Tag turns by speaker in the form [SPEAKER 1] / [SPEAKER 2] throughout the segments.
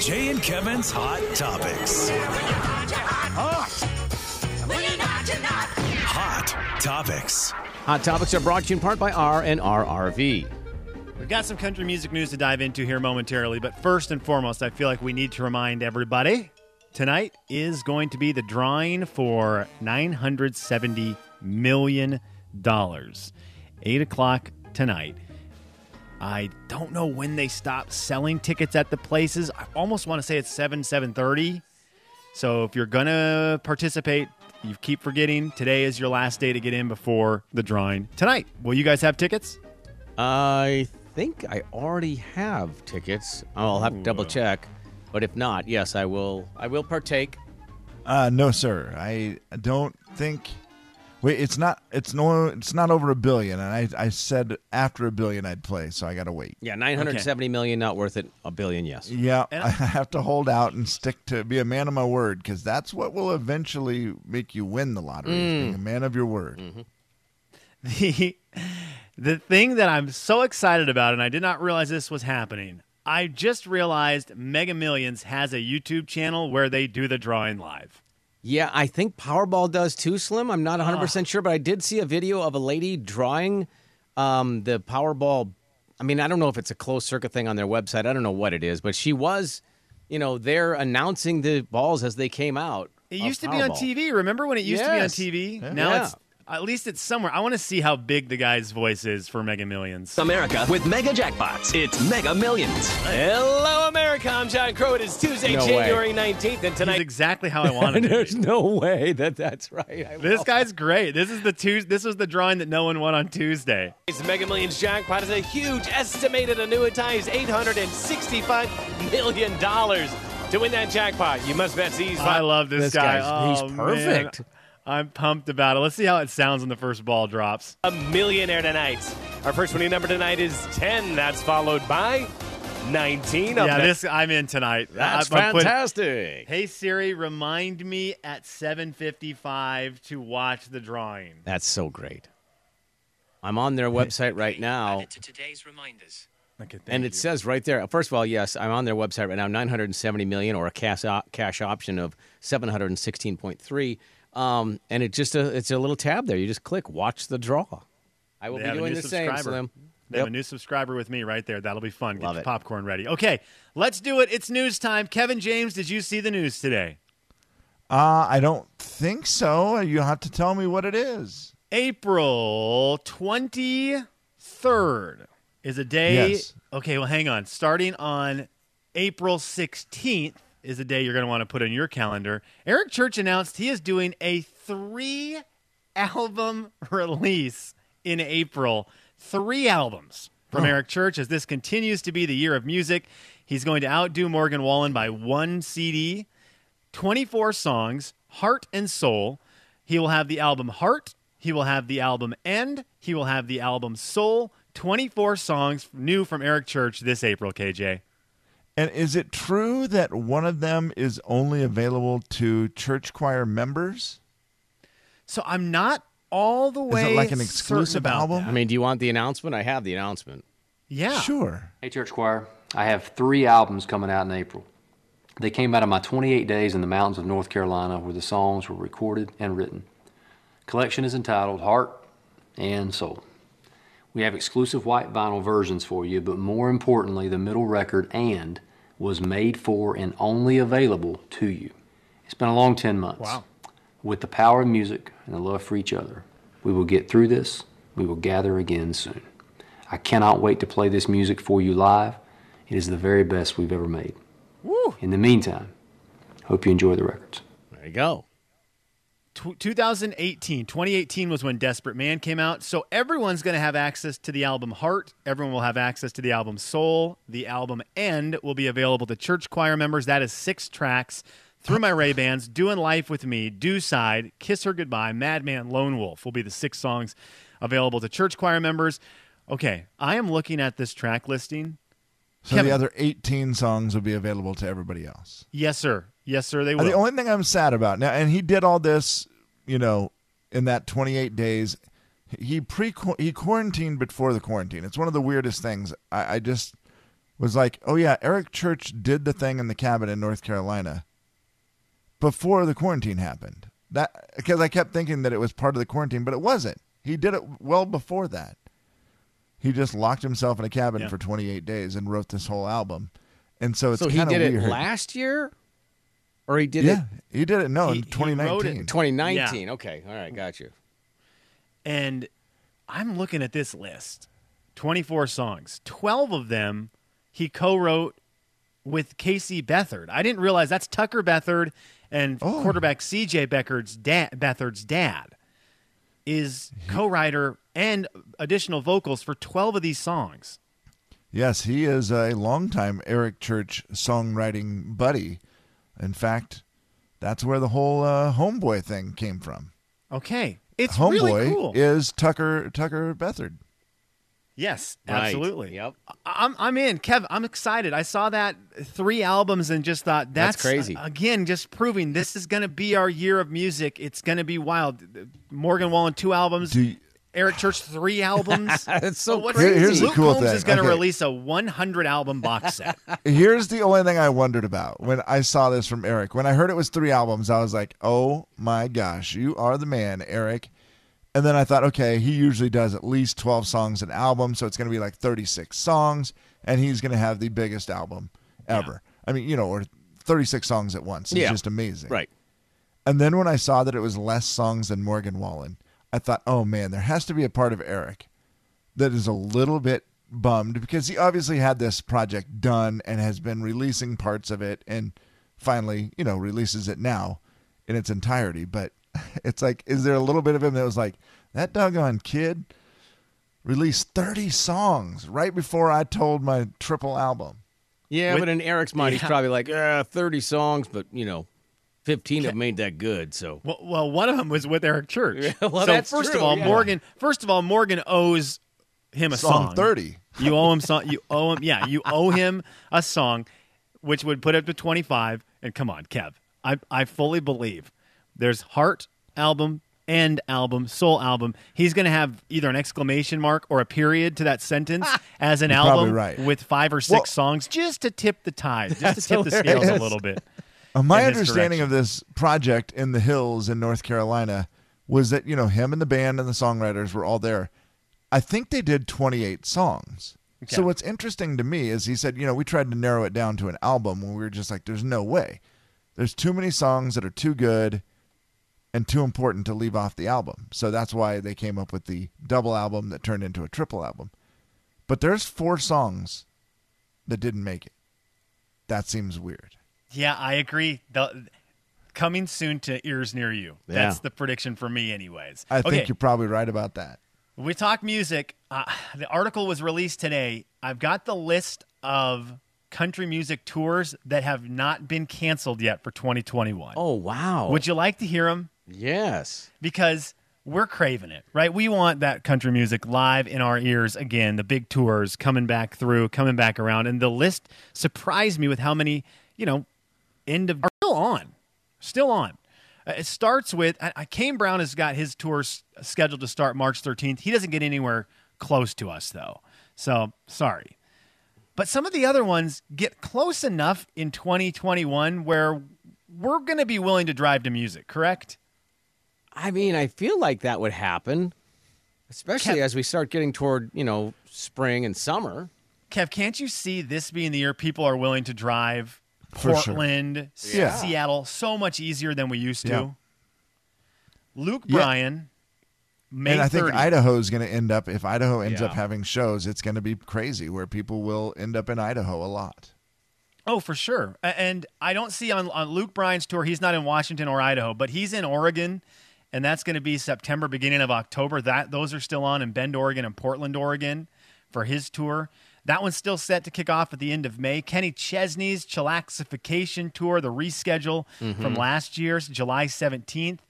[SPEAKER 1] Jay and Kevin's Hot Topics. Hot Topics.
[SPEAKER 2] Hot topics are brought to you in part by R and RRV.
[SPEAKER 3] We've got some country music news to dive into here momentarily, but first and foremost, I feel like we need to remind everybody tonight is going to be the drawing for $970 million. Eight o'clock tonight. I don't know when they stop selling tickets at the places. I almost want to say it's 7, 7.30. So if you're going to participate, you keep forgetting. Today is your last day to get in before the drawing tonight. Will you guys have tickets?
[SPEAKER 2] I think I already have tickets. I'll have to double check, but if not, yes, I will. I will partake.
[SPEAKER 4] Uh, no, sir. I don't think. Wait, it's not. It's no. It's not over a billion. And I, I said after a billion I'd play, so I gotta wait.
[SPEAKER 2] Yeah, nine hundred seventy million, not worth it. A billion, yes.
[SPEAKER 4] Yeah,
[SPEAKER 3] And
[SPEAKER 4] I
[SPEAKER 3] I-
[SPEAKER 4] have to hold out and stick to be a man of my word because that's what will eventually make you win the lottery. is Being
[SPEAKER 3] Mm.
[SPEAKER 4] a man of your word.
[SPEAKER 3] Mm-hmm. the the thing that I'm so excited about, and I did not realize this was happening. I just realized Mega Millions has a YouTube channel where they do the drawing live.
[SPEAKER 2] Yeah, I think Powerball does too, Slim. I'm not 100
[SPEAKER 3] Ah.
[SPEAKER 2] percent sure, but I did see a video of a lady drawing um, the Powerball. I mean, I don't know if it's a closed circuit thing on their website. I don't know what it is, but she was, you know, there announcing the balls as they came out.
[SPEAKER 3] It
[SPEAKER 2] of
[SPEAKER 3] used to be on
[SPEAKER 2] Oh, Powerball.
[SPEAKER 3] TV. Remember when it used
[SPEAKER 2] Yes.
[SPEAKER 3] to be on TV? Now
[SPEAKER 2] Yeah.
[SPEAKER 3] it's at least it's somewhere. I want to see how big the guy's voice is for Mega Millions.
[SPEAKER 5] America with mega jackpots. It's Mega Millions. Hello, America. I'm John Crow. It is Tuesday,
[SPEAKER 2] No way.
[SPEAKER 5] January 19th, and
[SPEAKER 3] That's
[SPEAKER 5] tonight.
[SPEAKER 3] exactly how I want it to
[SPEAKER 2] There's
[SPEAKER 3] be.
[SPEAKER 2] no way that that's right. I
[SPEAKER 3] This
[SPEAKER 2] love-
[SPEAKER 3] guy's great. This is the Tuesday. This was the drawing that no one won on Tuesday.
[SPEAKER 5] Today's Mega Millions jackpot is a huge estimated annuitized $865 million. To win that jackpot, you must bet these
[SPEAKER 3] I
[SPEAKER 5] five.
[SPEAKER 3] love this,
[SPEAKER 2] This
[SPEAKER 3] guy.
[SPEAKER 2] guy's-
[SPEAKER 3] Oh,
[SPEAKER 2] he's
[SPEAKER 3] man.
[SPEAKER 2] perfect.
[SPEAKER 3] I'm pumped about it. Let's see how it sounds when the first ball drops.
[SPEAKER 5] a millionaire tonight. Our first winning number tonight is 10. That's followed by 19. Up
[SPEAKER 3] yeah,
[SPEAKER 5] next-
[SPEAKER 3] this I'm in tonight.
[SPEAKER 2] That's
[SPEAKER 3] I- I'm putting-
[SPEAKER 2] fantastic.
[SPEAKER 3] hey Siri, remind me at 7:55 to watch the drawing.
[SPEAKER 2] That's so great. I'm on their website right now,
[SPEAKER 6] to today's reminders.
[SPEAKER 3] Okay, thank
[SPEAKER 2] and it
[SPEAKER 3] you.
[SPEAKER 2] says right there. First of all, yes, I'm on their website right now. 970 million, or a cash op- cash option of 716.3. Um, and it just a, it's a little tab there. You just click watch the draw. I will
[SPEAKER 3] They
[SPEAKER 2] be
[SPEAKER 3] have a
[SPEAKER 2] doing
[SPEAKER 3] new
[SPEAKER 2] the same,
[SPEAKER 3] subscriber.
[SPEAKER 2] Slim.
[SPEAKER 3] They have a new subscriber with me right there. That'll be fun. Get
[SPEAKER 2] Love
[SPEAKER 3] your
[SPEAKER 2] it.
[SPEAKER 3] popcorn ready. Okay, let's do it. It's news time. Kevin James, did you see the news today?
[SPEAKER 4] Uh, I don't think so. You have to tell me what it is.
[SPEAKER 3] April 23rd is a day.
[SPEAKER 4] Yes.
[SPEAKER 3] Okay, well, hang on. Starting on April 16th is a day you're going to want to put in your calendar. Eric Church announced he is doing a three album release in April. Three albums from Eric Church as this continues to be the year of music. He's going to outdo Morgan Wallen by one CD. 24 songs, heart and soul. He will have the album Heart, he will have the album End, he will have the album Soul. 24 songs new from Eric Church this April, KJ.
[SPEAKER 4] And is it true that one of them is only available to church choir members?
[SPEAKER 3] So I'm not all the way
[SPEAKER 4] is it like an
[SPEAKER 3] certain
[SPEAKER 4] exclusive
[SPEAKER 3] about
[SPEAKER 4] album?
[SPEAKER 3] that.
[SPEAKER 2] I mean, do you want the announcement? I have the announcement.
[SPEAKER 3] Yeah.
[SPEAKER 4] Sure.
[SPEAKER 6] Hey, Church Choir, I have three albums coming out in April. They came out of my 28 days in the mountains of North Carolina where the songs were recorded and written. Collection is entitled Heart and Soul. We have exclusive white vinyl versions for you, but more importantly, the middle record and was made for and only available to you. It's been a long 10 months.
[SPEAKER 3] Wow.
[SPEAKER 6] With the power of music and the love for each other, we will get through this. We will gather again soon. I cannot wait to play this music for you live. It is the very best we've ever made. In the meantime, hope you enjoy the records.
[SPEAKER 2] There you go.
[SPEAKER 3] Tw 2018 2018 was when desperate man came out so everyone's going to have access to the album heart everyone will have access to the album soul the album end will be available to church choir members that is six tracks through my ray bans doing life with me do side kiss her goodbye madman lone wolf will be the six songs available to church choir members okay i am looking at this track listing
[SPEAKER 4] So
[SPEAKER 3] Kevin.
[SPEAKER 4] the other 18 songs will be available to everybody else.
[SPEAKER 3] yes sir yes sir they will
[SPEAKER 4] The only thing I'm sad about now, and he did all this, you know, in that 28 days. He pre he quarantined before the quarantine. It's one of the weirdest things. I, I just was like, oh yeah, Eric Church did the thing in the cabin in North Carolina before the quarantine happened. That because I kept thinking that it was part of the quarantine, but it wasn't. He did it well before that. He just locked himself in a cabin
[SPEAKER 3] Yeah.
[SPEAKER 4] for 28 days and wrote this whole album. And so it's
[SPEAKER 2] so he
[SPEAKER 4] kind of
[SPEAKER 2] did
[SPEAKER 4] weird.
[SPEAKER 2] it last year, or he did
[SPEAKER 4] yeah,
[SPEAKER 2] it
[SPEAKER 4] he did it. No,
[SPEAKER 3] He-
[SPEAKER 4] in
[SPEAKER 3] he wrote it in
[SPEAKER 4] 2019.
[SPEAKER 2] 2019. Okay, all right, got you.
[SPEAKER 3] And I'm looking at this list 24 songs. 12 of them he co wrote with Casey Bethard. I didn't realize that's Tucker Bethard and
[SPEAKER 4] Oh.
[SPEAKER 3] quarterback CJ Beckard's da- Bethard's dad is
[SPEAKER 4] Mm-hmm.
[SPEAKER 3] co writer and additional vocals for 12 of these songs.
[SPEAKER 4] Yes, he is a longtime Eric Church songwriting buddy. In fact, that's where the whole uh, homeboy thing came from.
[SPEAKER 3] Okay. It's
[SPEAKER 4] homeboy
[SPEAKER 3] really cool.
[SPEAKER 4] is Tucker Tucker Bethard.
[SPEAKER 3] yes,
[SPEAKER 2] Right,
[SPEAKER 3] absolutely.
[SPEAKER 2] Yep.
[SPEAKER 3] I- I'm I'm in, Kev. I'm excited. I saw that three albums and just thought that's, uh,
[SPEAKER 2] That's crazy.
[SPEAKER 3] Again, just proving this is going to be our year of music. It's going to be wild. Morgan Wallen two albums.
[SPEAKER 4] Do you-
[SPEAKER 3] Eric Church three albums.
[SPEAKER 2] That's so
[SPEAKER 3] What's-
[SPEAKER 4] Here- here's the
[SPEAKER 3] Luke
[SPEAKER 4] cool
[SPEAKER 3] Combs
[SPEAKER 4] thing.
[SPEAKER 3] is going to
[SPEAKER 4] Okay.
[SPEAKER 3] release a 100 album box set.
[SPEAKER 4] Here's the only thing I wondered about when I saw this from Eric. When I heard it was three albums, I was like, "Oh my gosh, you are the man, Eric." And then I thought, okay, he usually does at least 12 songs an album, so it's going to be like 36 songs, and he's going to have the biggest album ever. I mean, you know, or 36 songs at once. It's
[SPEAKER 2] Yeah.
[SPEAKER 4] just amazing.
[SPEAKER 2] Right.
[SPEAKER 4] And then when I saw that it was less songs than Morgan Wallen, I thought, oh man, there has to be a part of Eric that is a little bit bummed because he obviously had this project done and has been releasing parts of it and finally, you know, releases it now in its entirety. But it's like, is there a little bit of him that was like, that doggone kid released 30 songs right before I told my triple album?
[SPEAKER 2] Yeah,
[SPEAKER 3] With-
[SPEAKER 2] but in Eric's mind,
[SPEAKER 3] Yeah.
[SPEAKER 2] he's probably like, uh, 30 songs, but you know, 15 have made that good. So
[SPEAKER 3] Well, well, one of them was with Eric Church.
[SPEAKER 2] Yeah, well,
[SPEAKER 3] so
[SPEAKER 2] that's
[SPEAKER 3] first of
[SPEAKER 2] true,
[SPEAKER 3] all,
[SPEAKER 2] yeah.
[SPEAKER 3] Morgan. First of all, Morgan owes him a song.
[SPEAKER 4] Song 30.
[SPEAKER 3] You owe him song. You owe him. Yeah, you owe him a song, which would put up to twenty five. And come on, Kev, I I fully believe there's heart album, end album, soul album. He's gonna have either an exclamation mark or a period to that sentence as an
[SPEAKER 4] You're probably
[SPEAKER 3] album
[SPEAKER 4] right.
[SPEAKER 3] with five or six
[SPEAKER 4] Well-
[SPEAKER 3] songs, just to tip the tide, just to tip the scales a
[SPEAKER 4] hilarious.
[SPEAKER 3] little bit.
[SPEAKER 4] Uh, my
[SPEAKER 3] in his
[SPEAKER 4] understanding
[SPEAKER 3] direction.
[SPEAKER 4] of this project in the hills in North Carolina was that you know him and the band and the songwriters were all there. I think they did 28 songs. So what's interesting to me is he said, you know, we tried to narrow it down to an album when we were just like, there's no way. There's too many songs that are too good and too important to leave off the album. So that's why they came up with the double album that turned into a triple album. But there's four songs that didn't make it. That seems weird.
[SPEAKER 3] Yeah, I agree. The, coming soon to ears near you. That's
[SPEAKER 2] Yeah.
[SPEAKER 3] the prediction for me, anyways.
[SPEAKER 4] I
[SPEAKER 3] okay,
[SPEAKER 4] think you're probably right about that.
[SPEAKER 3] we talk music. Uh, the article was released today. I've got the list of country music tours that have not been canceled yet for 2021.
[SPEAKER 2] Oh wow.
[SPEAKER 3] Would you like to hear them?
[SPEAKER 2] yes.
[SPEAKER 3] Because we're craving it, right? We want that country music live in our ears again. The big tours coming back through, coming back around, and the list surprised me with how many, you know, end of are still on, still on. Uh, It starts with I, I Kane Brown has got his tour s- scheduled to start March 13th. He doesn't get anywhere close to us though, so sorry. But some of the other ones get close enough in 2021 where we're going to be willing to drive to music, correct?
[SPEAKER 2] I mean, I feel like that would happen, especially
[SPEAKER 3] Kev-
[SPEAKER 2] as we start getting toward you know spring and summer.
[SPEAKER 3] Kev, can't you see this being the year people are willing to drive
[SPEAKER 4] For sure.
[SPEAKER 3] Portland, S-
[SPEAKER 4] Yeah.
[SPEAKER 3] Seattle so much easier than we used to?
[SPEAKER 4] Yeah.
[SPEAKER 3] Luke
[SPEAKER 4] Yeah.
[SPEAKER 3] Bryan, May
[SPEAKER 4] and I think
[SPEAKER 3] 30th.
[SPEAKER 4] Idaho is going to end up, if Idaho ends up
[SPEAKER 2] Yeah.
[SPEAKER 4] having shows, it's going to be crazy where people will end up in Idaho a lot.
[SPEAKER 3] Oh, for sure. A- And I don't see on, on Luke Bryan's tour, he's not in Washington or Idaho, but he's in Oregon, and that's going to be September, beginning of October. That Those are still on in Bend, Oregon and Portland, Oregon for his tour. That one's still set to kick off at the end of May. Kenny Chesney's Chillaxification Tour, the reschedule from last year's July 17th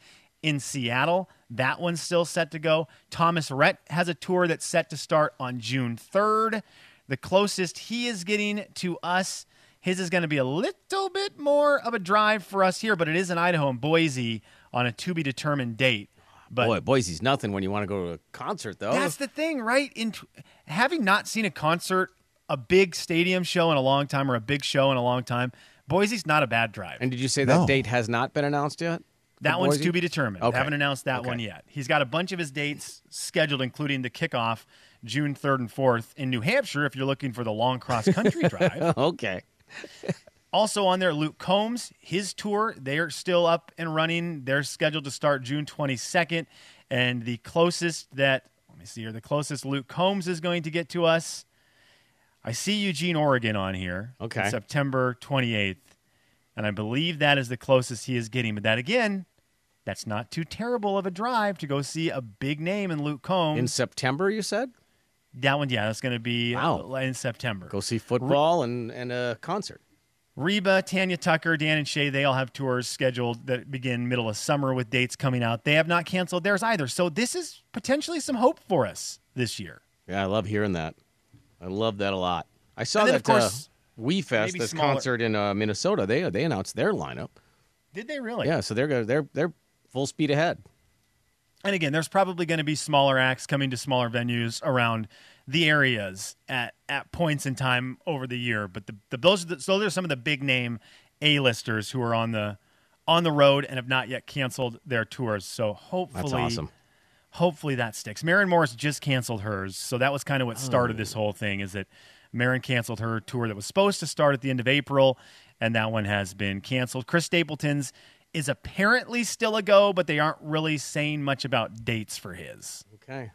[SPEAKER 3] in Seattle. That one's still set to go. Thomas Rhett has a tour that's set to start on June 3rd. The closest he is getting to us, his is going to be a little bit more of a drive for us here, but it is in Idaho and Boise on a to be determined date. But
[SPEAKER 2] Boy, Boise's Oh. nothing when you want to go to a concert, though.
[SPEAKER 3] that's the thing, right? In having not seen a concert a big stadium show in a long time or a big show in a long time, Boise's not a bad drive.
[SPEAKER 2] And did you say that
[SPEAKER 4] No.
[SPEAKER 2] date has not been announced yet?
[SPEAKER 3] That
[SPEAKER 2] for
[SPEAKER 3] one's
[SPEAKER 2] Boise?
[SPEAKER 3] to be determined.
[SPEAKER 2] Okay.
[SPEAKER 3] Haven't announced that one yet. He's got a bunch of his dates scheduled, including the kickoff June 3rd and 4th in New Hampshire if you're looking for the long cross country drive.
[SPEAKER 2] Okay.
[SPEAKER 3] Also on there, Luke Combs, his tour, they're still up and running. They're scheduled to start June 22nd. And the closest that, let me see here, the closest Luke Combs is going to get to us, I see Eugene, Oregon on here.
[SPEAKER 2] Okay.
[SPEAKER 3] It's September 28th. And I believe that is the closest he is getting. But that again, that's not too terrible of a drive to go see a big name in Luke Combs.
[SPEAKER 2] In September, you said?
[SPEAKER 3] that one, yeah, that's going to be uh,
[SPEAKER 2] Wow.
[SPEAKER 3] in September.
[SPEAKER 2] Go see football and, and a concert.
[SPEAKER 3] Reba, Tanya Tucker, Dan, and Shay, they all have tours scheduled that begin middle of summer with dates coming out. They have not canceled theirs either. So this is potentially some hope for us this year.
[SPEAKER 2] Yeah, I love hearing that. I love that a lot. I saw
[SPEAKER 3] And then,
[SPEAKER 2] that
[SPEAKER 3] of course,
[SPEAKER 2] uh, We Fest,
[SPEAKER 3] maybe
[SPEAKER 2] this
[SPEAKER 3] smaller-
[SPEAKER 2] concert in uh, Minnesota. They they announced their lineup.
[SPEAKER 3] Did they really?
[SPEAKER 2] Yeah, so they're go- they're they're full speed ahead.
[SPEAKER 3] And again, there's probably going to be smaller acts coming to smaller venues around the areas at, at points in time over the year. But the, the those are the, so those are some of the big name A-listers who are on the on the road and have not yet canceled their tours. So hopefully,
[SPEAKER 2] That's awesome.
[SPEAKER 3] hopefully that sticks. Marin Morris just canceled hers, so that was kind of what started this whole thing. Is that Marin canceled her tour that was supposed to start at the end of April, and that one has been canceled. Chris Stapleton's is apparently still a go, but they aren't really saying much about dates for his.
[SPEAKER 2] Okay.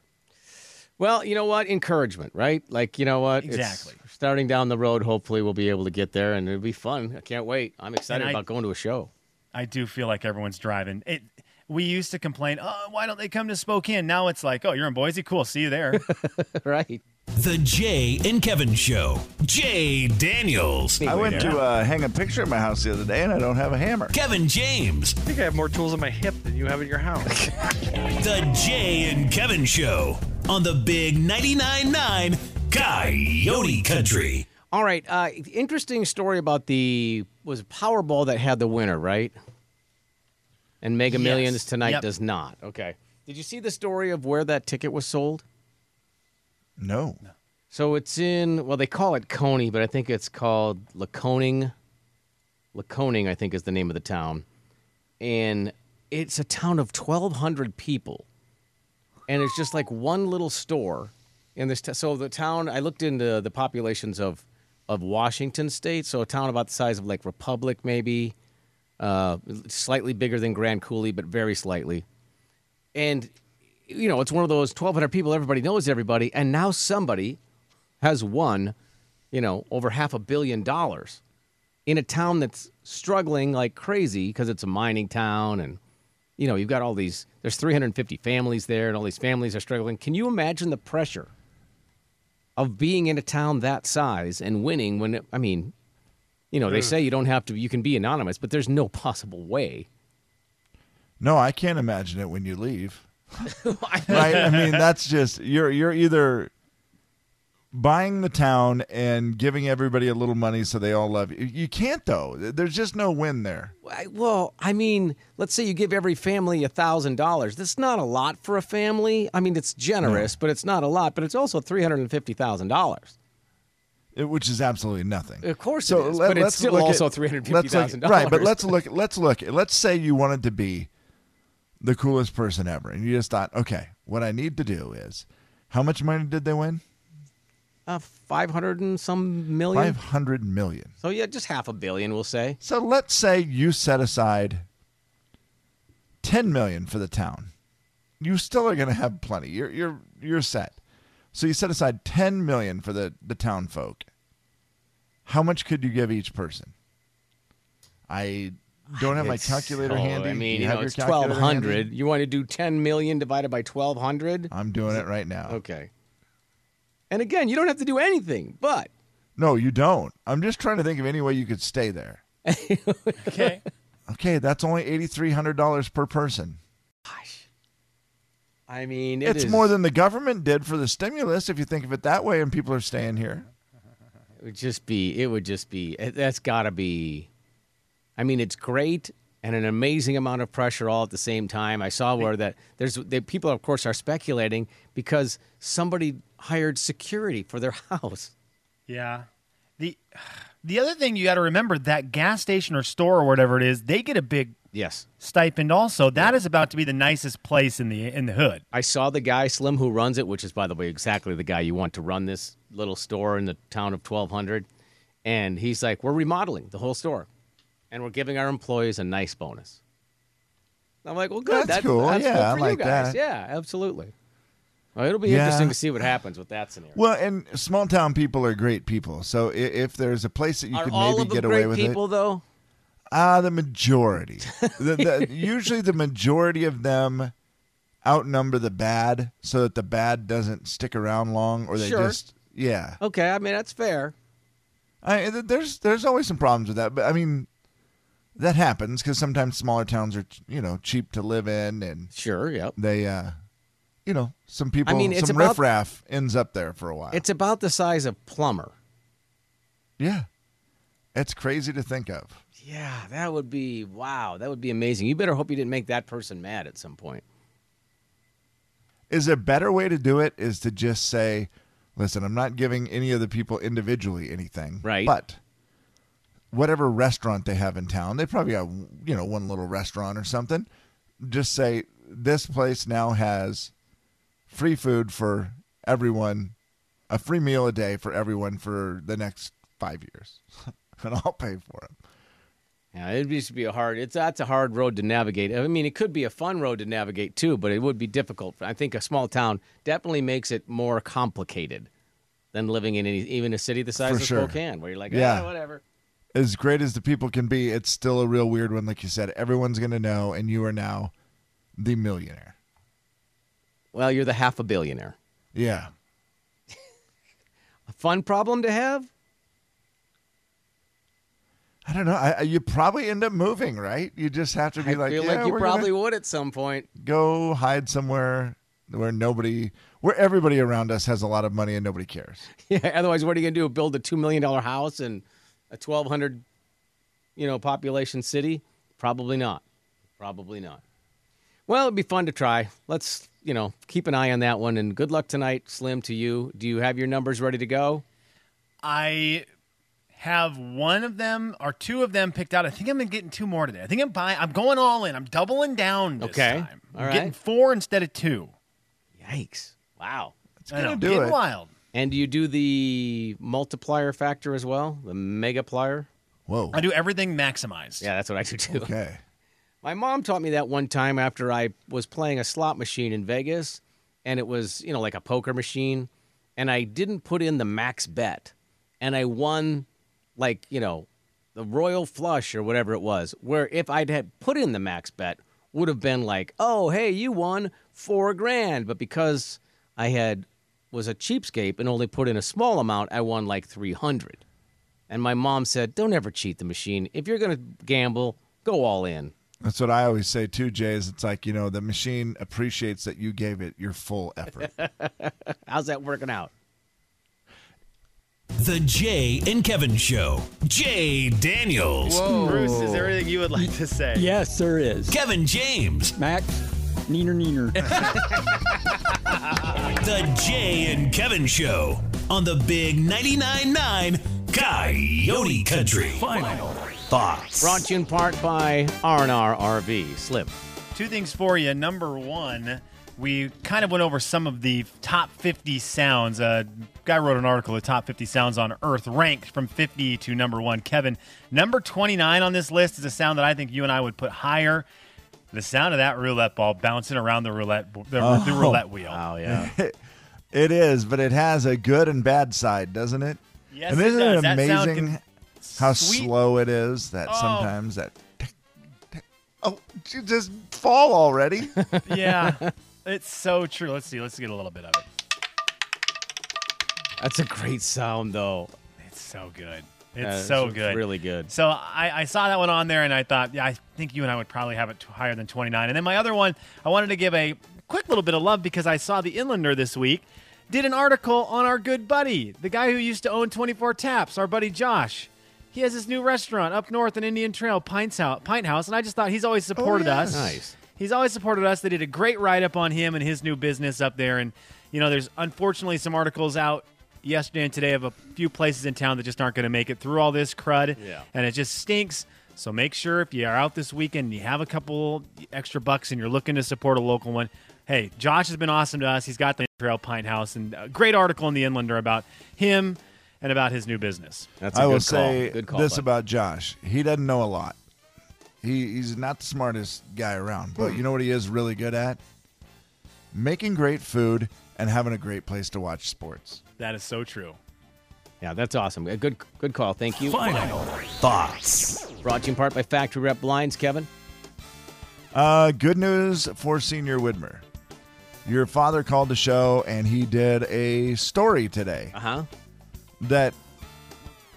[SPEAKER 2] Well, you know what? Encouragement, right? Like, you know what? It's
[SPEAKER 3] Exactly.
[SPEAKER 2] starting down the road, hopefully we'll be able to get there and it'll be fun. I can't wait. I'm excited
[SPEAKER 3] And I-
[SPEAKER 2] about going to a show.
[SPEAKER 3] I do feel like everyone's driving. It. We used to complain, oh, why don't they come to Spokane? Now it's like, oh, you're in Boise? Cool, see you there.
[SPEAKER 2] right.
[SPEAKER 1] The Jay and Kevin Show. Jay Daniels.
[SPEAKER 4] I went to uh, hang a picture at my house the other day, and I don't have a hammer.
[SPEAKER 1] Kevin James.
[SPEAKER 7] I think I have more tools in my hip than you have in your house.
[SPEAKER 1] The Jay and Kevin Show on the Big 99.9 9 Coyote Country.
[SPEAKER 2] All right. Uh, interesting story about the was it Powerball that had the winner, right? And Mega
[SPEAKER 3] Yes.
[SPEAKER 2] Millions tonight
[SPEAKER 3] Yep.
[SPEAKER 2] does not. Okay. Did you see the story of where that ticket was sold?
[SPEAKER 4] No.
[SPEAKER 2] So it's in well, they call it Coney, but I think it's called Laconing. Laconing, I think, is the name of the town, and it's a town of twelve hundred people, and it's just like one little store in this. T- so the town, I looked into the populations of of Washington State, so a town about the size of like Republic, maybe uh, slightly bigger than Grand Coulee, but very slightly and you know it's one of those 1200 people everybody knows everybody and now somebody has won you know over half a billion dollars in a town that's struggling like crazy because it's a mining town and you know you've got all these there's 350 families there and all these families are struggling can you imagine the pressure of being in a town that size and winning when it, i mean you know they say you don't have to you can be anonymous but there's no possible way
[SPEAKER 4] No, I can't imagine it when you leave. right? I mean, that's just you're you're either buying the town and giving everybody a little money so they all love you. You can't though. There's just no win there.
[SPEAKER 2] I- well, I mean, let's say you give every family a thousand dollars. That's not a lot for a family. I mean, it's generous, but it's not a lot. But it's also three hundred and fifty thousand dollars.
[SPEAKER 4] It- which is absolutely nothing.
[SPEAKER 2] Of course it
[SPEAKER 4] so
[SPEAKER 2] is,
[SPEAKER 4] let,
[SPEAKER 2] but it's
[SPEAKER 4] let's
[SPEAKER 2] still
[SPEAKER 4] look
[SPEAKER 2] also
[SPEAKER 4] at-
[SPEAKER 2] $350,000.
[SPEAKER 4] let's look- Right, but let's look. Let's look. Let's say you wanted to be the coolest person ever, and you just thought, okay, what I need to do is, how much money did they win?
[SPEAKER 2] Uh, five hundred and some million.
[SPEAKER 4] Five hundred million.
[SPEAKER 2] So yeah, just half a billion, we'll say.
[SPEAKER 4] So let's say you set aside 10 million for the town. You still are going to have plenty. You're you're you're set. So you set aside 10 million for the the town folk. How much could you give each person? I don't have my
[SPEAKER 2] It's-
[SPEAKER 4] calculator
[SPEAKER 2] oh,
[SPEAKER 4] handy.
[SPEAKER 2] I mean,
[SPEAKER 4] Do
[SPEAKER 2] you,
[SPEAKER 4] have
[SPEAKER 2] know,
[SPEAKER 4] your
[SPEAKER 2] it's
[SPEAKER 4] calculator
[SPEAKER 2] twelve hundred.
[SPEAKER 4] handy?
[SPEAKER 2] You want to do ten million divided by twelve hundred?
[SPEAKER 4] I'm doing it right now.
[SPEAKER 2] Okay. And again, you don't have to do anything, but
[SPEAKER 4] No, you don't. I'm just trying to think of any way you could stay there.
[SPEAKER 3] okay.
[SPEAKER 4] Okay, that's only $8300 per person.
[SPEAKER 2] I mean, it
[SPEAKER 4] It's
[SPEAKER 2] is-
[SPEAKER 4] more than the government did for the stimulus, if you think of it that way, and people are staying here.
[SPEAKER 2] It would just be. It would just be. it- That's got to be. I mean, it's great and an amazing amount of pressure all at the same time. I saw where that there's the people, of course, are speculating because somebody hired security for their house.
[SPEAKER 3] Yeah. The the other thing you got to remember that gas station or store or whatever it is, they get a big
[SPEAKER 2] Yes.
[SPEAKER 3] stipend also. That is about to be the nicest place in the in the hood.
[SPEAKER 2] I saw the guy Slim who runs it, which is by the way exactly the guy you want to run this little store in the town of 1200. And he's like, "We're remodeling the whole store, and we're giving our employees a nice bonus." I'm like, "Well, good.
[SPEAKER 4] That's cool. Yeah,
[SPEAKER 2] good
[SPEAKER 4] I
[SPEAKER 2] for you
[SPEAKER 4] like
[SPEAKER 2] guys.
[SPEAKER 4] that.
[SPEAKER 2] Yeah, absolutely. Well, it'll be
[SPEAKER 4] Yeah.
[SPEAKER 2] interesting to see what happens with that scenario.
[SPEAKER 4] Well, and small town people are great people. So i- if there's a place that you
[SPEAKER 2] Are
[SPEAKER 4] could
[SPEAKER 2] all
[SPEAKER 4] maybe
[SPEAKER 2] of them
[SPEAKER 4] get
[SPEAKER 2] great
[SPEAKER 4] away with
[SPEAKER 2] people
[SPEAKER 4] it,
[SPEAKER 2] though?
[SPEAKER 4] ah, the majority. the, the, usually, the majority of them outnumber the bad, so that the bad doesn't stick around long, or they
[SPEAKER 2] Sure.
[SPEAKER 4] just yeah.
[SPEAKER 2] Okay, I mean that's fair.
[SPEAKER 4] I, th- there's there's always some problems with that, but I mean, that happens because sometimes smaller towns are you know cheap to live in, and
[SPEAKER 2] Sure, yep.
[SPEAKER 4] they uh, you know some people
[SPEAKER 2] mean, it's
[SPEAKER 4] some
[SPEAKER 2] about-
[SPEAKER 4] riffraff ends up there for a while.
[SPEAKER 2] It's about the size of Plumber.
[SPEAKER 4] yeah, it's crazy to think of.
[SPEAKER 2] Yeah, that would be wow. That would be amazing. You better hope you didn't make that person mad at some point.
[SPEAKER 4] Is a better way to do it is to just say, listen, I'm not giving any of the people individually anything,
[SPEAKER 2] Right.
[SPEAKER 4] But whatever restaurant they have in town, they probably have you know one little restaurant or something. Just say this place now has free food for everyone, a free meal a day for everyone for the next five years, and I'll pay for it.
[SPEAKER 2] Yeah, it used to be a hard. It's that's a hard road to navigate. I mean, it could be a fun road to navigate too, but it would be difficult. I think a small town definitely makes it more complicated than living in any, even a city the size
[SPEAKER 4] For
[SPEAKER 2] of
[SPEAKER 4] sure.
[SPEAKER 2] Spokane, where you're like, yeah,
[SPEAKER 4] Yeah.
[SPEAKER 2] whatever.
[SPEAKER 4] as great as the people can be, it's still a real weird one. Like you said, everyone's going to know, and you are now the millionaire.
[SPEAKER 2] Well, you're the half a billionaire.
[SPEAKER 4] Yeah.
[SPEAKER 2] A fun problem to have.
[SPEAKER 4] I don't know. I, I- you probably end up moving, right? You just have to be
[SPEAKER 2] I
[SPEAKER 4] like,
[SPEAKER 2] feel
[SPEAKER 4] yeah,
[SPEAKER 2] like you
[SPEAKER 4] we're gonna
[SPEAKER 2] probably would at some point.
[SPEAKER 4] go hide somewhere where nobody, where everybody around us has a lot of money and nobody cares.
[SPEAKER 2] Yeah. Otherwise, what are you gonna do? Build a two million dollar house in a twelve hundred, you know, population city? Probably not. Probably not. Well, it'd be fun to try. Let's, you know, keep an eye on that one. And good luck tonight, Slim. To you. Do you have your numbers ready to go?
[SPEAKER 3] I have one of them or two of them picked out. I think I'm getting two more today. I think I'm buying. I'm going all in. I'm doubling down. This
[SPEAKER 2] Okay.
[SPEAKER 3] time.
[SPEAKER 2] All
[SPEAKER 3] I'm
[SPEAKER 2] right.
[SPEAKER 3] Getting four instead of two.
[SPEAKER 2] Yikes! Wow.
[SPEAKER 4] It's
[SPEAKER 3] I know,
[SPEAKER 4] gonna do
[SPEAKER 3] getting
[SPEAKER 4] it.
[SPEAKER 3] wild.
[SPEAKER 2] And do you do the multiplier factor as well? The megaplier?
[SPEAKER 4] Whoa.
[SPEAKER 3] I do everything maximized.
[SPEAKER 2] Yeah, that's what I do too.
[SPEAKER 4] Okay.
[SPEAKER 2] My mom taught me that one time after I was playing a slot machine in Vegas, and it was, you know, like a poker machine, and I didn't put in the max bet, and I won, like, you know, the royal flush or whatever it was, where if I'd had put in the max bet, would have been like, oh, hey, you won four grand. But because I had was a cheapskate and only put in a small amount, I won like 300. And my mom said, don't ever cheat the machine. If you're going to gamble, go all in.
[SPEAKER 4] That's what I always say too, Jay. Is it's like you know the machine appreciates that you gave it your full effort.
[SPEAKER 2] How's that working out?
[SPEAKER 1] The Jay and Kevin Show. Jay Daniels.
[SPEAKER 3] Bruce, is there anything you would like to say?
[SPEAKER 8] Yes, there is.
[SPEAKER 1] Kevin James.
[SPEAKER 8] Max, neener, neener.
[SPEAKER 1] The Jay and Kevin Show on the Big 99.9 Coyote Country. Final thoughts.
[SPEAKER 2] Brought to you in part by R&R RV. Slip.
[SPEAKER 3] Two things for you. Number one, we kind of went over some of the top 50 sounds. A guy wrote an article, The Top 50 Sounds on Earth, ranked from 50 to number one. Kevin, number 29 on this list is a sound that I think you and I would put higher. The sound of that roulette ball bouncing around the roulette bo- the, the roulette wheel.
[SPEAKER 2] Oh, yeah.
[SPEAKER 4] It is, but it has a good and bad side, doesn't it?
[SPEAKER 3] Yes,
[SPEAKER 4] and
[SPEAKER 3] it
[SPEAKER 4] isn't
[SPEAKER 3] does.
[SPEAKER 4] it
[SPEAKER 3] That sound
[SPEAKER 4] amazing
[SPEAKER 3] can-
[SPEAKER 4] how
[SPEAKER 3] sweet-
[SPEAKER 4] slow it is that
[SPEAKER 3] Oh.
[SPEAKER 4] sometimes that oh you just fall already.
[SPEAKER 3] Yeah. it's so true. Let's see. Let's get a little bit of it.
[SPEAKER 2] That's a great sound, though.
[SPEAKER 3] It's so good. It's
[SPEAKER 2] Yeah,
[SPEAKER 3] so good.
[SPEAKER 2] Really good.
[SPEAKER 3] So I, I saw that one on there, and I thought, yeah, I think you and I would probably have it t- higher than 29. And then my other one, I wanted to give a quick little bit of love because I saw the Inlander this week did an article on our good buddy, the guy who used to own 24 Taps, our buddy Josh. He has this new restaurant up north in Indian Trail, Pint House, Pint House, and I just thought he's always supported us.
[SPEAKER 2] Nice.
[SPEAKER 3] He's always supported us. They did a great write up on him and his new business up there. And, you know, there's unfortunately some articles out yesterday and today of a few places in town that just aren't going to make it through all this crud.
[SPEAKER 5] Yeah.
[SPEAKER 3] And it just stinks. So make sure if you are out this weekend and you have a couple extra bucks and you're looking to support a local one, hey, Josh has been awesome to us. He's got the Trail Pine House and a great article in the Inlander about him and about his new business.
[SPEAKER 2] That's a
[SPEAKER 4] I
[SPEAKER 2] good
[SPEAKER 4] will
[SPEAKER 2] call.
[SPEAKER 4] say
[SPEAKER 2] good call,
[SPEAKER 4] this
[SPEAKER 2] bud.
[SPEAKER 4] about Josh. He doesn't know a lot. He, he's not the smartest guy around, but you know what he is really good at? Making great food and having a great place to watch sports.
[SPEAKER 3] That is so true.
[SPEAKER 2] Yeah, that's awesome. A Good good call. Thank you.
[SPEAKER 1] Final thoughts.
[SPEAKER 2] Brought to you in part by Factory Rep Blinds, Kevin.
[SPEAKER 4] Uh, good news for Senior Widmer. Your father called the show and he did a story today.
[SPEAKER 2] huh.
[SPEAKER 4] that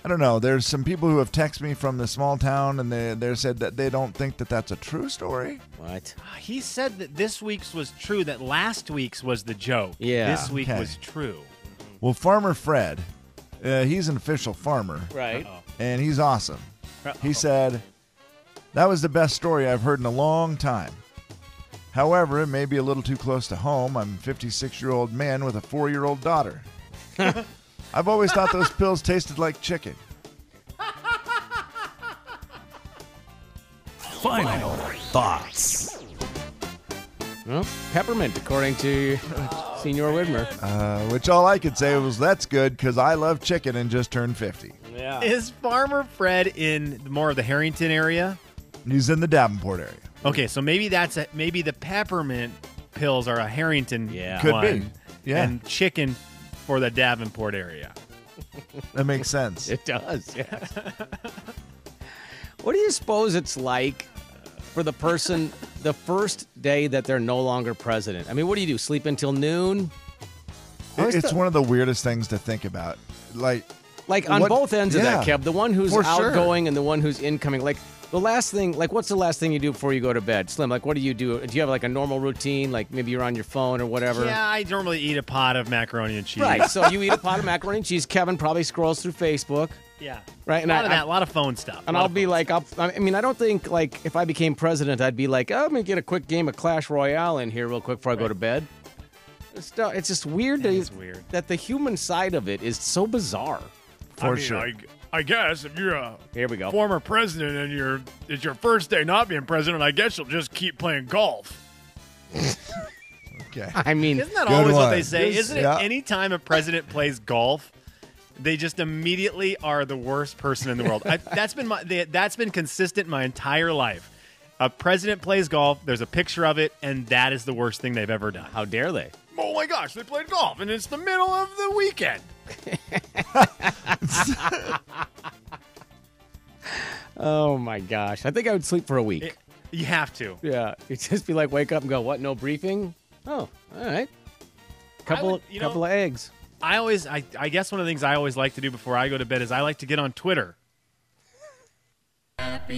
[SPEAKER 4] I don't know. There's some people who have texted me from the small town, and they they said that they don't think that that's a true story.
[SPEAKER 2] What?
[SPEAKER 3] He said that this week's was true, that last week's was the joke.
[SPEAKER 2] Yeah.
[SPEAKER 3] This week
[SPEAKER 4] Okay.
[SPEAKER 3] was true.
[SPEAKER 4] Well, Farmer Fred, uh, he's an official farmer,
[SPEAKER 2] Right.
[SPEAKER 4] and he's awesome. He said that was the best story I've heard in a long time. However, it may be a little too close to home. I'm a 56 year old man with a four year old daughter. I've always thought those pills tasted like chicken.
[SPEAKER 1] Final thoughts.
[SPEAKER 2] Well, peppermint, according to Senior Widmer.
[SPEAKER 4] Uh, which all I could say was that's good because I love chicken and just turned 50.
[SPEAKER 5] Yeah.
[SPEAKER 3] Is Farmer Fred in more of the Harrington area?
[SPEAKER 4] He's in the Davenport area.
[SPEAKER 3] Okay, so maybe that's a, maybe the peppermint pills are a Harrington
[SPEAKER 2] Yeah.
[SPEAKER 4] Could
[SPEAKER 3] one,
[SPEAKER 4] be. Yeah,
[SPEAKER 3] and chicken for the Davenport area.
[SPEAKER 4] that makes sense.
[SPEAKER 2] It does, yes. what do you suppose it's like for the person the first day that they're no longer president? I mean, what do you do? Sleep until noon?
[SPEAKER 4] It- it's one of the weirdest things to think about. Like,
[SPEAKER 2] Like on
[SPEAKER 4] What-
[SPEAKER 2] both ends of that,
[SPEAKER 4] yeah.
[SPEAKER 2] Kev. The one who's
[SPEAKER 4] For sure.
[SPEAKER 2] outgoing and the one who's incoming. Like the last thing, like what's the last thing you do before you go to bed, Slim? Like what do you do? Do you have like a normal routine? Like maybe you're on your phone or whatever.
[SPEAKER 3] Yeah, I normally eat a pot of macaroni and cheese.
[SPEAKER 2] Right. So you eat a pot of macaroni and cheese. Kevin probably scrolls through Facebook.
[SPEAKER 3] Yeah.
[SPEAKER 2] Right,
[SPEAKER 3] A
[SPEAKER 2] and I-
[SPEAKER 3] lot of
[SPEAKER 2] I-
[SPEAKER 3] that, a lot of phone stuff.
[SPEAKER 2] And
[SPEAKER 3] Lot
[SPEAKER 2] I'll
[SPEAKER 3] of
[SPEAKER 2] be
[SPEAKER 3] phone
[SPEAKER 2] like, I'll, I mean, I don't think like if I became president, I'd be like, oh, I'm gonna get a quick game of Clash Royale in here real quick before I go to bed. It's, not- it's just weird.
[SPEAKER 3] That
[SPEAKER 2] to-
[SPEAKER 3] is weird.
[SPEAKER 2] that the human side of it is so bizarre.
[SPEAKER 9] For sure. I, I guess if you're a
[SPEAKER 2] Here we go.
[SPEAKER 9] former president and you're it's your first day not being president, I guess you'll just keep playing golf.
[SPEAKER 4] okay.
[SPEAKER 2] I mean,
[SPEAKER 3] Isn't that
[SPEAKER 4] Good
[SPEAKER 3] always what
[SPEAKER 4] one.
[SPEAKER 3] they say?
[SPEAKER 4] Yes.
[SPEAKER 3] Isn't it
[SPEAKER 4] Yeah.
[SPEAKER 3] any time a president plays golf, they just immediately are the worst person in the world? I, that's been my they, that's been consistent my entire life. A president plays golf. There's a picture of it, and that is the worst thing they've ever done.
[SPEAKER 2] how dare they?
[SPEAKER 9] Oh my gosh, they played golf and it's the middle of the weekend.
[SPEAKER 2] Oh my gosh, I think I would sleep for a week.
[SPEAKER 3] It- you have to.
[SPEAKER 2] yeah, it'd just be like, wake up and go, what? No briefing? Oh, all right. Couple,
[SPEAKER 3] would- you know-
[SPEAKER 2] couple of eggs.
[SPEAKER 3] I always, I, I guess one of the things I always like to do before I go to bed is I like to get on Twitter.
[SPEAKER 10] Let's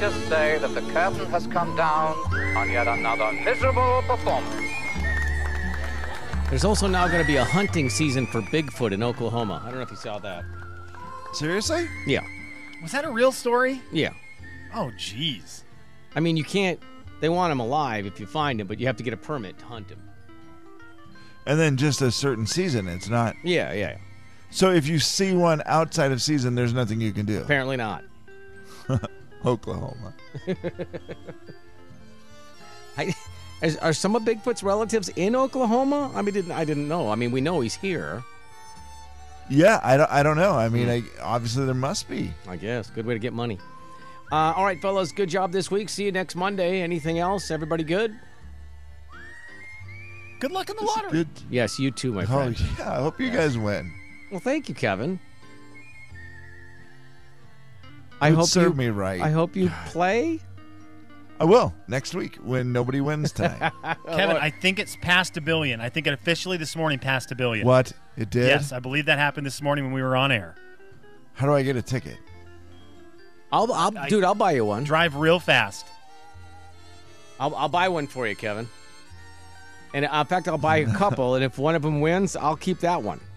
[SPEAKER 10] just say that the curtain has come down on yet another miserable performance.
[SPEAKER 2] There's also now going to be a hunting season for Bigfoot in Oklahoma. I don't know if you saw that.
[SPEAKER 4] Seriously?
[SPEAKER 2] Yeah,
[SPEAKER 3] Was that a real story?
[SPEAKER 2] yeah.
[SPEAKER 3] Oh, jeez.
[SPEAKER 2] I mean, you can't. They want him alive if you find him, but you have to get a permit to hunt him.
[SPEAKER 4] And then just a certain season, it's not.
[SPEAKER 2] Yeah, yeah. yeah.
[SPEAKER 4] So if you see one outside of season, there's nothing you can do.
[SPEAKER 2] Apparently not.
[SPEAKER 4] Oklahoma.
[SPEAKER 2] I, is, are some of Bigfoot's relatives in Oklahoma? I mean, didn't I didn't know. I mean, we know he's here.
[SPEAKER 4] Yeah, I don't, I don't know. I mean, I, obviously there must be.
[SPEAKER 2] I guess. Good way to get money. Uh, all right, fellas. Good job this week. See you next Monday. Anything else? Everybody good?
[SPEAKER 3] Good luck in the lottery.
[SPEAKER 4] Good.
[SPEAKER 2] Yes, you too, my
[SPEAKER 4] Oh,
[SPEAKER 2] friend.
[SPEAKER 4] yeah. I hope you guys win.
[SPEAKER 2] Well, thank you, Kevin. I
[SPEAKER 4] Would
[SPEAKER 2] hope
[SPEAKER 4] serve
[SPEAKER 2] you,
[SPEAKER 4] me right.
[SPEAKER 2] I hope you play.
[SPEAKER 4] I will Uh, next week when nobody wins tonight.
[SPEAKER 3] Kevin, I think it's past a billion. I think it officially this morning passed a billion.
[SPEAKER 4] what? It did?
[SPEAKER 3] Yes, I believe that happened this morning when we were on air.
[SPEAKER 4] How do I get a ticket?
[SPEAKER 2] I'll, I'll
[SPEAKER 3] I-
[SPEAKER 2] dude. I'll buy you one.
[SPEAKER 3] Drive real fast.
[SPEAKER 2] I'll, I'll buy one for you, Kevin. And uh, in fact, I'll buy a couple. and if one of them wins, I'll keep that one.